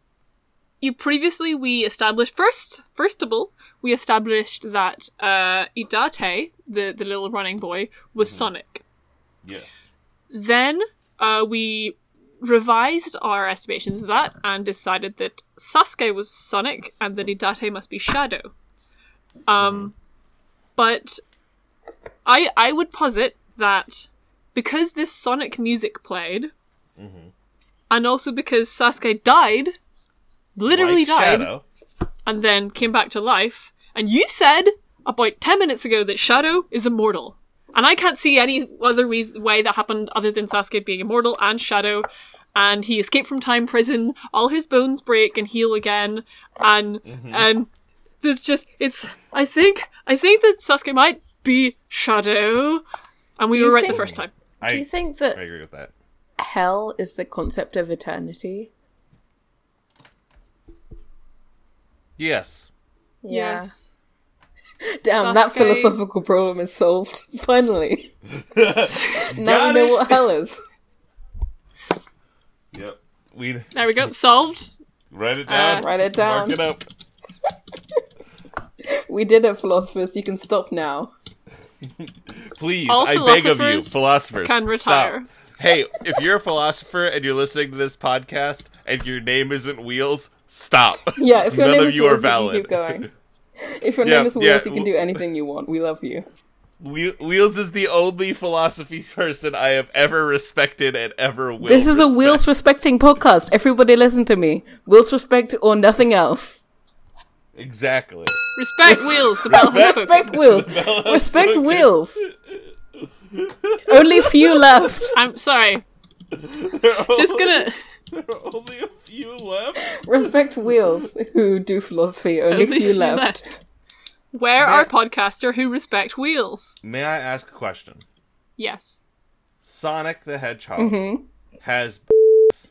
[SPEAKER 1] you previously we established first, first of all, we established that uh, Idate, the the little running boy, was Sonic.
[SPEAKER 3] yes.
[SPEAKER 1] Then uh, we revised our estimations of that and decided that Sasuke was Sonic and that Hidate must be Shadow. Um, But I I would posit that because this Sonic music played,
[SPEAKER 3] Mm-hmm.
[SPEAKER 1] and also because Sasuke died, literally
[SPEAKER 3] Like
[SPEAKER 1] died,
[SPEAKER 3] Shadow.
[SPEAKER 1] and then came back to life, and you said about 10 minutes ago that Shadow is immortal. And I can't see any other reason way that happened other than Sasuke being immortal and Shadow. And he escaped from time prison. All his bones break and heal again. And um, there's just it's. I think I think that Sasuke might be Shadow, and we
[SPEAKER 2] Do you
[SPEAKER 1] were right
[SPEAKER 2] think-
[SPEAKER 1] the first time.
[SPEAKER 3] I,
[SPEAKER 2] Do you think that
[SPEAKER 3] I agree with that.
[SPEAKER 2] hell is the concept of eternity?
[SPEAKER 3] Yes.
[SPEAKER 2] Yeah. Damn, that
[SPEAKER 1] Sasuke-
[SPEAKER 2] philosophical problem is solved. Finally. now
[SPEAKER 3] Got
[SPEAKER 2] we know
[SPEAKER 3] it.
[SPEAKER 2] what hell is.
[SPEAKER 3] Yep. We
[SPEAKER 1] There we go. Solved.
[SPEAKER 3] write it down.
[SPEAKER 2] Ah, Write it
[SPEAKER 3] Mark
[SPEAKER 2] down.
[SPEAKER 3] it up.
[SPEAKER 2] We did it, philosophers. You can stop now.
[SPEAKER 3] Please,
[SPEAKER 1] All
[SPEAKER 3] I beg of you,
[SPEAKER 1] philosophers
[SPEAKER 3] philosophers,
[SPEAKER 1] can retire.
[SPEAKER 3] stop. Hey, if you're a philosopher and you're listening to this podcast and your name isn't Wheels, stop.
[SPEAKER 2] Yeah, if your
[SPEAKER 3] None
[SPEAKER 2] name
[SPEAKER 3] of
[SPEAKER 2] is
[SPEAKER 3] you
[SPEAKER 2] Wheels,
[SPEAKER 3] are
[SPEAKER 2] You
[SPEAKER 3] valid.
[SPEAKER 2] can keep going. If your
[SPEAKER 3] Yeah,
[SPEAKER 2] name is Wheels,
[SPEAKER 3] yeah,
[SPEAKER 2] you can
[SPEAKER 3] w-
[SPEAKER 2] do anything you want. We love you.
[SPEAKER 3] Wheel- Wheels is the only philosophy person I have ever respected and ever will.
[SPEAKER 2] This is a
[SPEAKER 3] respect.
[SPEAKER 2] Wheels respecting podcast. Everybody listen to me. Wheels respect or nothing else.
[SPEAKER 3] Exactly.
[SPEAKER 1] Respect wheels. The bell has spoken.
[SPEAKER 2] Respect Wheels. Respect Wheels. Only few left.
[SPEAKER 1] I'm sorry. Just gonna.
[SPEAKER 3] There are only a few left.
[SPEAKER 2] Respect Wheels who do philosophy. Only,
[SPEAKER 1] Only
[SPEAKER 2] few
[SPEAKER 1] few
[SPEAKER 2] left.
[SPEAKER 1] Where are podcaster who respect wheels?
[SPEAKER 3] May I ask a question?
[SPEAKER 1] Yes.
[SPEAKER 3] Sonic the Hedgehog
[SPEAKER 2] Mm-hmm.
[SPEAKER 3] has.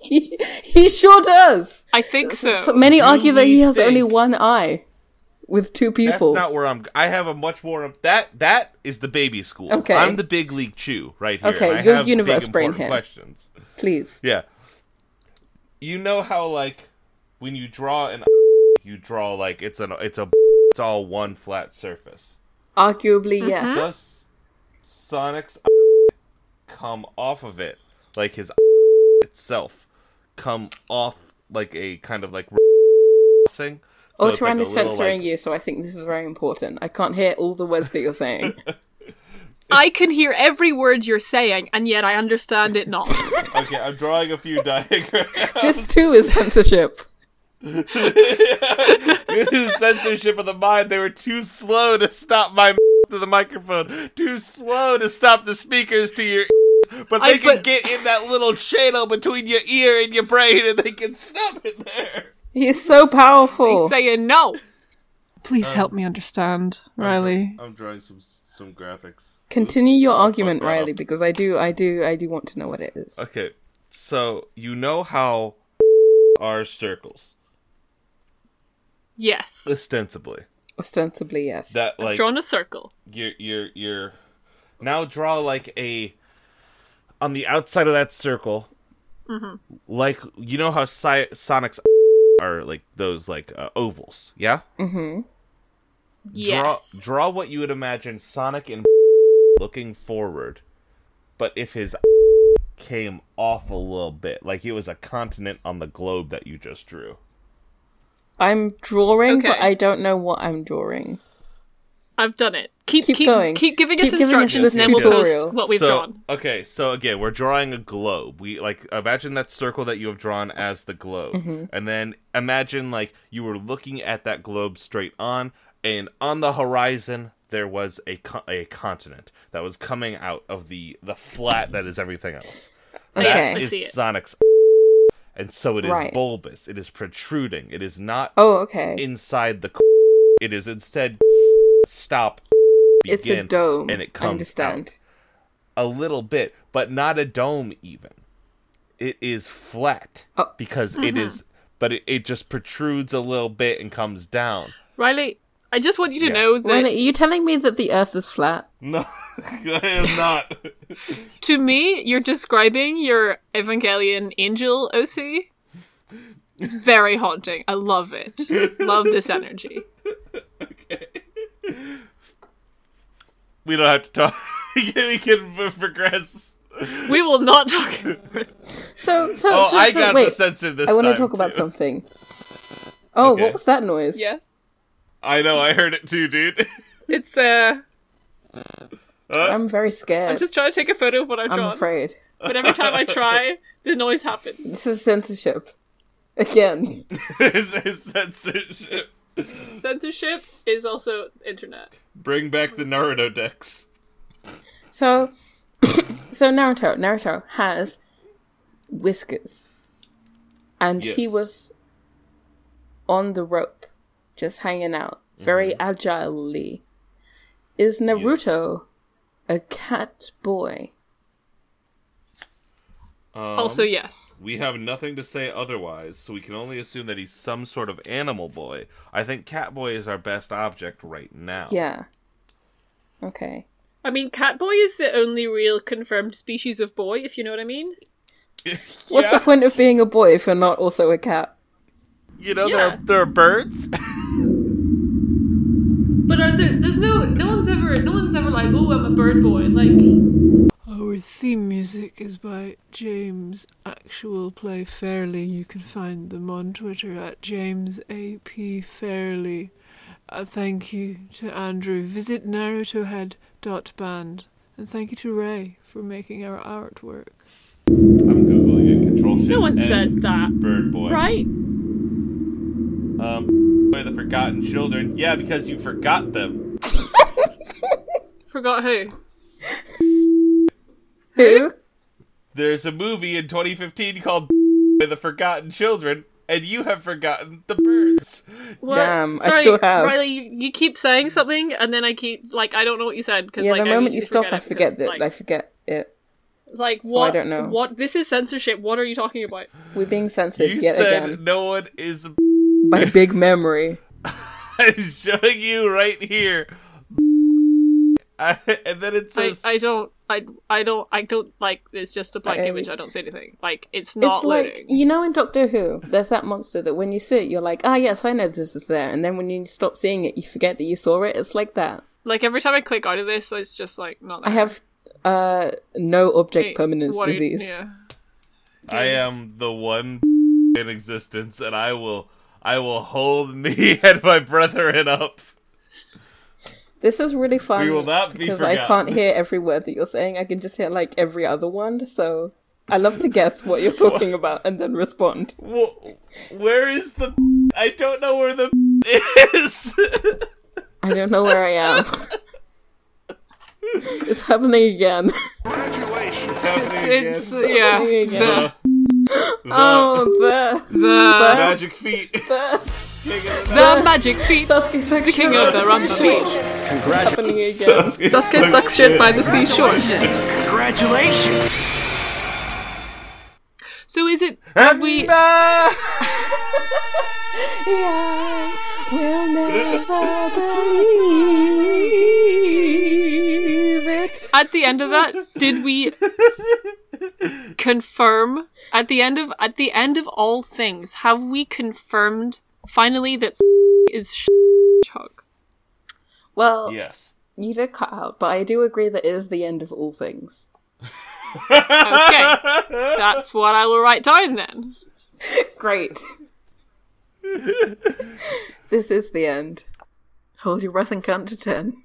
[SPEAKER 2] He, he sure does.
[SPEAKER 1] I think so.
[SPEAKER 2] So many argue that he
[SPEAKER 3] we
[SPEAKER 2] has only
[SPEAKER 3] think-
[SPEAKER 2] one eye with two
[SPEAKER 3] That's
[SPEAKER 2] pupils.
[SPEAKER 3] not where I'm. I have a much more of that. That is the baby school.
[SPEAKER 2] Okay.
[SPEAKER 3] I'm the big league chew right here.
[SPEAKER 2] Okay,
[SPEAKER 3] and I
[SPEAKER 2] your
[SPEAKER 3] have
[SPEAKER 2] universe
[SPEAKER 3] big,
[SPEAKER 2] brain
[SPEAKER 3] important
[SPEAKER 2] here.
[SPEAKER 3] Questions.
[SPEAKER 2] Please.
[SPEAKER 3] Yeah. You know how like when you draw an, you draw like it's an it's a it's all one flat surface.
[SPEAKER 2] Arguably, yes.
[SPEAKER 3] Does Sonic's come off of it, like his itself, come off like a kind of like sing.
[SPEAKER 2] Or
[SPEAKER 3] it's, like,
[SPEAKER 2] Autoran
[SPEAKER 3] a
[SPEAKER 2] is
[SPEAKER 3] little,
[SPEAKER 2] censoring
[SPEAKER 3] like-
[SPEAKER 2] you, so I think this is very important. I can't hear all the words that you're saying.
[SPEAKER 1] I can hear every word you're saying, and yet I understand it not.
[SPEAKER 3] Okay, I'm drawing a few diagrams.
[SPEAKER 2] this too is censorship.
[SPEAKER 3] this is censorship of the mind. They were too slow to stop my to the microphone, too slow to stop the speakers to your. But they
[SPEAKER 1] I-
[SPEAKER 3] can
[SPEAKER 1] but-
[SPEAKER 3] get in that little channel between your ear and your brain, and they can stop it there.
[SPEAKER 2] He's so powerful.
[SPEAKER 1] He's saying no. Oh. Please
[SPEAKER 3] Um,
[SPEAKER 1] help me understand, Riley.
[SPEAKER 3] I'm drawing some some graphics.
[SPEAKER 2] Continue your
[SPEAKER 3] I'll fuck
[SPEAKER 2] argument,
[SPEAKER 3] that up.
[SPEAKER 2] Riley, because I do, I do, I do want to know what it is.
[SPEAKER 3] Okay, so you know how are circles
[SPEAKER 1] Yes.
[SPEAKER 3] ostensibly
[SPEAKER 2] Ostensibly, yes.
[SPEAKER 3] that like
[SPEAKER 1] Drawn a circle.
[SPEAKER 3] you're you're you're now draw like a on the outside of that circle like you know how si- sonic's are like those like uh, ovals yeah
[SPEAKER 1] Yes.
[SPEAKER 3] draw draw what you would imagine sonic and looking forward but if his came off a little bit like it was a continent on the globe that you just drew
[SPEAKER 2] I'm drawing, but
[SPEAKER 1] Okay.
[SPEAKER 2] I don't know what I'm drawing.
[SPEAKER 1] I've done it. Keep
[SPEAKER 2] Keep
[SPEAKER 1] keep
[SPEAKER 2] going.
[SPEAKER 1] keep giving
[SPEAKER 2] Keep
[SPEAKER 1] us
[SPEAKER 2] giving us
[SPEAKER 1] instructions,
[SPEAKER 2] this
[SPEAKER 1] and then we'll
[SPEAKER 2] tutorial.
[SPEAKER 1] post what we've
[SPEAKER 3] so,
[SPEAKER 1] drawn.
[SPEAKER 3] Okay, so again, we're drawing a globe. We like imagine that circle that you have drawn as the globe,
[SPEAKER 2] Mm-hmm.
[SPEAKER 3] and then imagine like you were looking at that globe straight on, and on the horizon there was a co- a continent that was coming out of the the flat that is everything else.
[SPEAKER 2] Yes,
[SPEAKER 3] That
[SPEAKER 2] I
[SPEAKER 3] is
[SPEAKER 1] see it.
[SPEAKER 3] Sonic's, and so it is
[SPEAKER 2] Right.
[SPEAKER 3] bulbous. It is protruding. It is not
[SPEAKER 2] Oh, okay.
[SPEAKER 3] inside the. It is instead stop. Begin,
[SPEAKER 2] it's a dome.
[SPEAKER 3] and it
[SPEAKER 2] I
[SPEAKER 3] comes out
[SPEAKER 2] understand.
[SPEAKER 3] a little bit, but not a dome even. It is flat
[SPEAKER 2] Oh.
[SPEAKER 3] because it is, but it, it just protrudes a little bit and comes down.
[SPEAKER 1] Riley, I just want you to
[SPEAKER 3] Yeah.
[SPEAKER 1] know that
[SPEAKER 2] Riley, are you telling me that the Earth is flat?
[SPEAKER 3] No, I am not.
[SPEAKER 1] to me, you're describing your Evangelion angel OC. It's very haunting. I love it. Love this energy.
[SPEAKER 3] we don't have to talk. we can p- progress.
[SPEAKER 1] We will not talk. about-
[SPEAKER 2] So, so,
[SPEAKER 3] Oh,
[SPEAKER 2] so,
[SPEAKER 3] I
[SPEAKER 2] so-
[SPEAKER 3] got
[SPEAKER 2] wait.
[SPEAKER 3] the censor this
[SPEAKER 2] I want
[SPEAKER 3] want
[SPEAKER 2] to talk about something. Oh,
[SPEAKER 3] Okay.
[SPEAKER 2] what was that noise?
[SPEAKER 1] yes.
[SPEAKER 3] I know, I heard it too, dude.
[SPEAKER 1] It's uh
[SPEAKER 3] Uh,
[SPEAKER 2] I'm very scared.
[SPEAKER 1] I'm just trying to take a photo of what I've
[SPEAKER 2] I'm
[SPEAKER 1] drawn.
[SPEAKER 2] afraid.
[SPEAKER 1] But every time I try, the noise happens.
[SPEAKER 2] This is censorship. Again.
[SPEAKER 3] it's, it's censorship.
[SPEAKER 1] Censorship is also internet.
[SPEAKER 3] Bring back the Naruto decks.
[SPEAKER 2] So, so Naruto, Naruto has whiskers, and he
[SPEAKER 3] Yes.
[SPEAKER 2] was on the rope, just hanging out, very
[SPEAKER 3] Mm-hmm.
[SPEAKER 2] agilely. Is Naruto a cat boy?
[SPEAKER 1] also yes.
[SPEAKER 3] We have nothing to say otherwise, so we can only assume that he's some sort of animal boy. I think Catboy is our best object right now.
[SPEAKER 2] Yeah. Okay.
[SPEAKER 1] I mean, Catboy is the only real confirmed species of boy, if you know what I mean.
[SPEAKER 2] What's the point of being a boy if you're not also a cat?
[SPEAKER 3] You know,
[SPEAKER 1] Yeah.
[SPEAKER 3] there, are, there are birds.
[SPEAKER 1] But are there? There's no. No one's ever. No one's ever like, "Oh, I'm a bird boy." Like,
[SPEAKER 4] Our theme music is by James Actual Play Fairly. You can find them on Twitter at James AP Fairly. Uh, thank you to Andrew. Visit narutohead.band. And thank you to Ray for making our artwork.
[SPEAKER 3] I'm Googling it. Control shift.
[SPEAKER 1] no one
[SPEAKER 3] N,
[SPEAKER 1] says that,
[SPEAKER 3] Bird boy.
[SPEAKER 1] right?
[SPEAKER 3] Um, boy, the forgotten children. Yeah, because you forgot them.
[SPEAKER 1] Forgot who?
[SPEAKER 2] Who?
[SPEAKER 3] There's a movie in 2015 called Boy, the Forgotten Children, and you have forgotten the birds.
[SPEAKER 1] What?
[SPEAKER 2] Damn, I
[SPEAKER 1] Sorry,
[SPEAKER 2] sure have.
[SPEAKER 1] Riley, you, you keep saying something, and then I keep like, I don't know what you said because
[SPEAKER 2] Yeah,
[SPEAKER 1] like,
[SPEAKER 2] the
[SPEAKER 1] I
[SPEAKER 2] moment you
[SPEAKER 1] usually
[SPEAKER 2] stop, I
[SPEAKER 1] it
[SPEAKER 2] forget
[SPEAKER 1] 'cause,
[SPEAKER 2] that.
[SPEAKER 1] Like,
[SPEAKER 2] I forget it.
[SPEAKER 1] like, what?
[SPEAKER 2] I don't know.
[SPEAKER 1] What? This is censorship. What are you talking about?
[SPEAKER 2] We're being censored
[SPEAKER 3] You
[SPEAKER 2] yet
[SPEAKER 3] said
[SPEAKER 2] again
[SPEAKER 3] no one is
[SPEAKER 2] by big memory.
[SPEAKER 3] I'm showing you right here. I, and then it
[SPEAKER 1] I,
[SPEAKER 3] says
[SPEAKER 1] I don't. I, I don't. I don't like. It's just a blank
[SPEAKER 2] I-
[SPEAKER 1] image. I don't say anything. Like, it's not
[SPEAKER 2] it's
[SPEAKER 1] loading.
[SPEAKER 2] like you know in Doctor Who, there's that monster that when you see it, you're like, ah, yes, I know this is there, and then when you stop seeing it, you forget that you saw it. It's like that.
[SPEAKER 1] Like every time I click out of this, it's just like not.
[SPEAKER 2] I
[SPEAKER 1] there.
[SPEAKER 2] have uh no object
[SPEAKER 1] Wait,
[SPEAKER 2] permanence
[SPEAKER 1] what are you-
[SPEAKER 2] disease.
[SPEAKER 1] yeah.
[SPEAKER 3] I am the one in existence, and I will. I will hold me and my brethren up.
[SPEAKER 2] This is really fun.
[SPEAKER 3] We will not be
[SPEAKER 2] because I
[SPEAKER 3] forgotten.
[SPEAKER 2] can't hear every word that you're saying. I can just hear like every other one. So I love to guess what you're talking about and then respond.
[SPEAKER 3] Wh- Where is the? I don't know where the is.
[SPEAKER 2] I don't know where I am. it's happening again.
[SPEAKER 3] Congratulations. happening
[SPEAKER 1] It's
[SPEAKER 3] again.
[SPEAKER 1] yeah.
[SPEAKER 2] Happening again.
[SPEAKER 1] The,
[SPEAKER 3] The
[SPEAKER 2] Oh, the
[SPEAKER 1] the,
[SPEAKER 3] magic feet. King of the-
[SPEAKER 1] the magic feet.
[SPEAKER 2] Sasuke sucks
[SPEAKER 1] King of
[SPEAKER 2] shit by
[SPEAKER 1] the Rumble
[SPEAKER 2] seashore.
[SPEAKER 1] Beach.
[SPEAKER 2] Happening again.
[SPEAKER 3] Sasuke
[SPEAKER 2] Sasuke sucks shit by the seashore.
[SPEAKER 6] Congratulations!
[SPEAKER 1] So is it?
[SPEAKER 3] And
[SPEAKER 1] We-
[SPEAKER 3] I-
[SPEAKER 2] We'll never believe it.
[SPEAKER 1] At the end of that, did we confirm? At the end of at the end of all things, have we confirmed finally that is Hedgehog?
[SPEAKER 2] Well,
[SPEAKER 3] yes.
[SPEAKER 2] you did cut out, but I do agree that it is the end of all things.
[SPEAKER 1] Okay, that's what I will write down then.
[SPEAKER 2] Great. this is the end. Hold your breath and count to ten.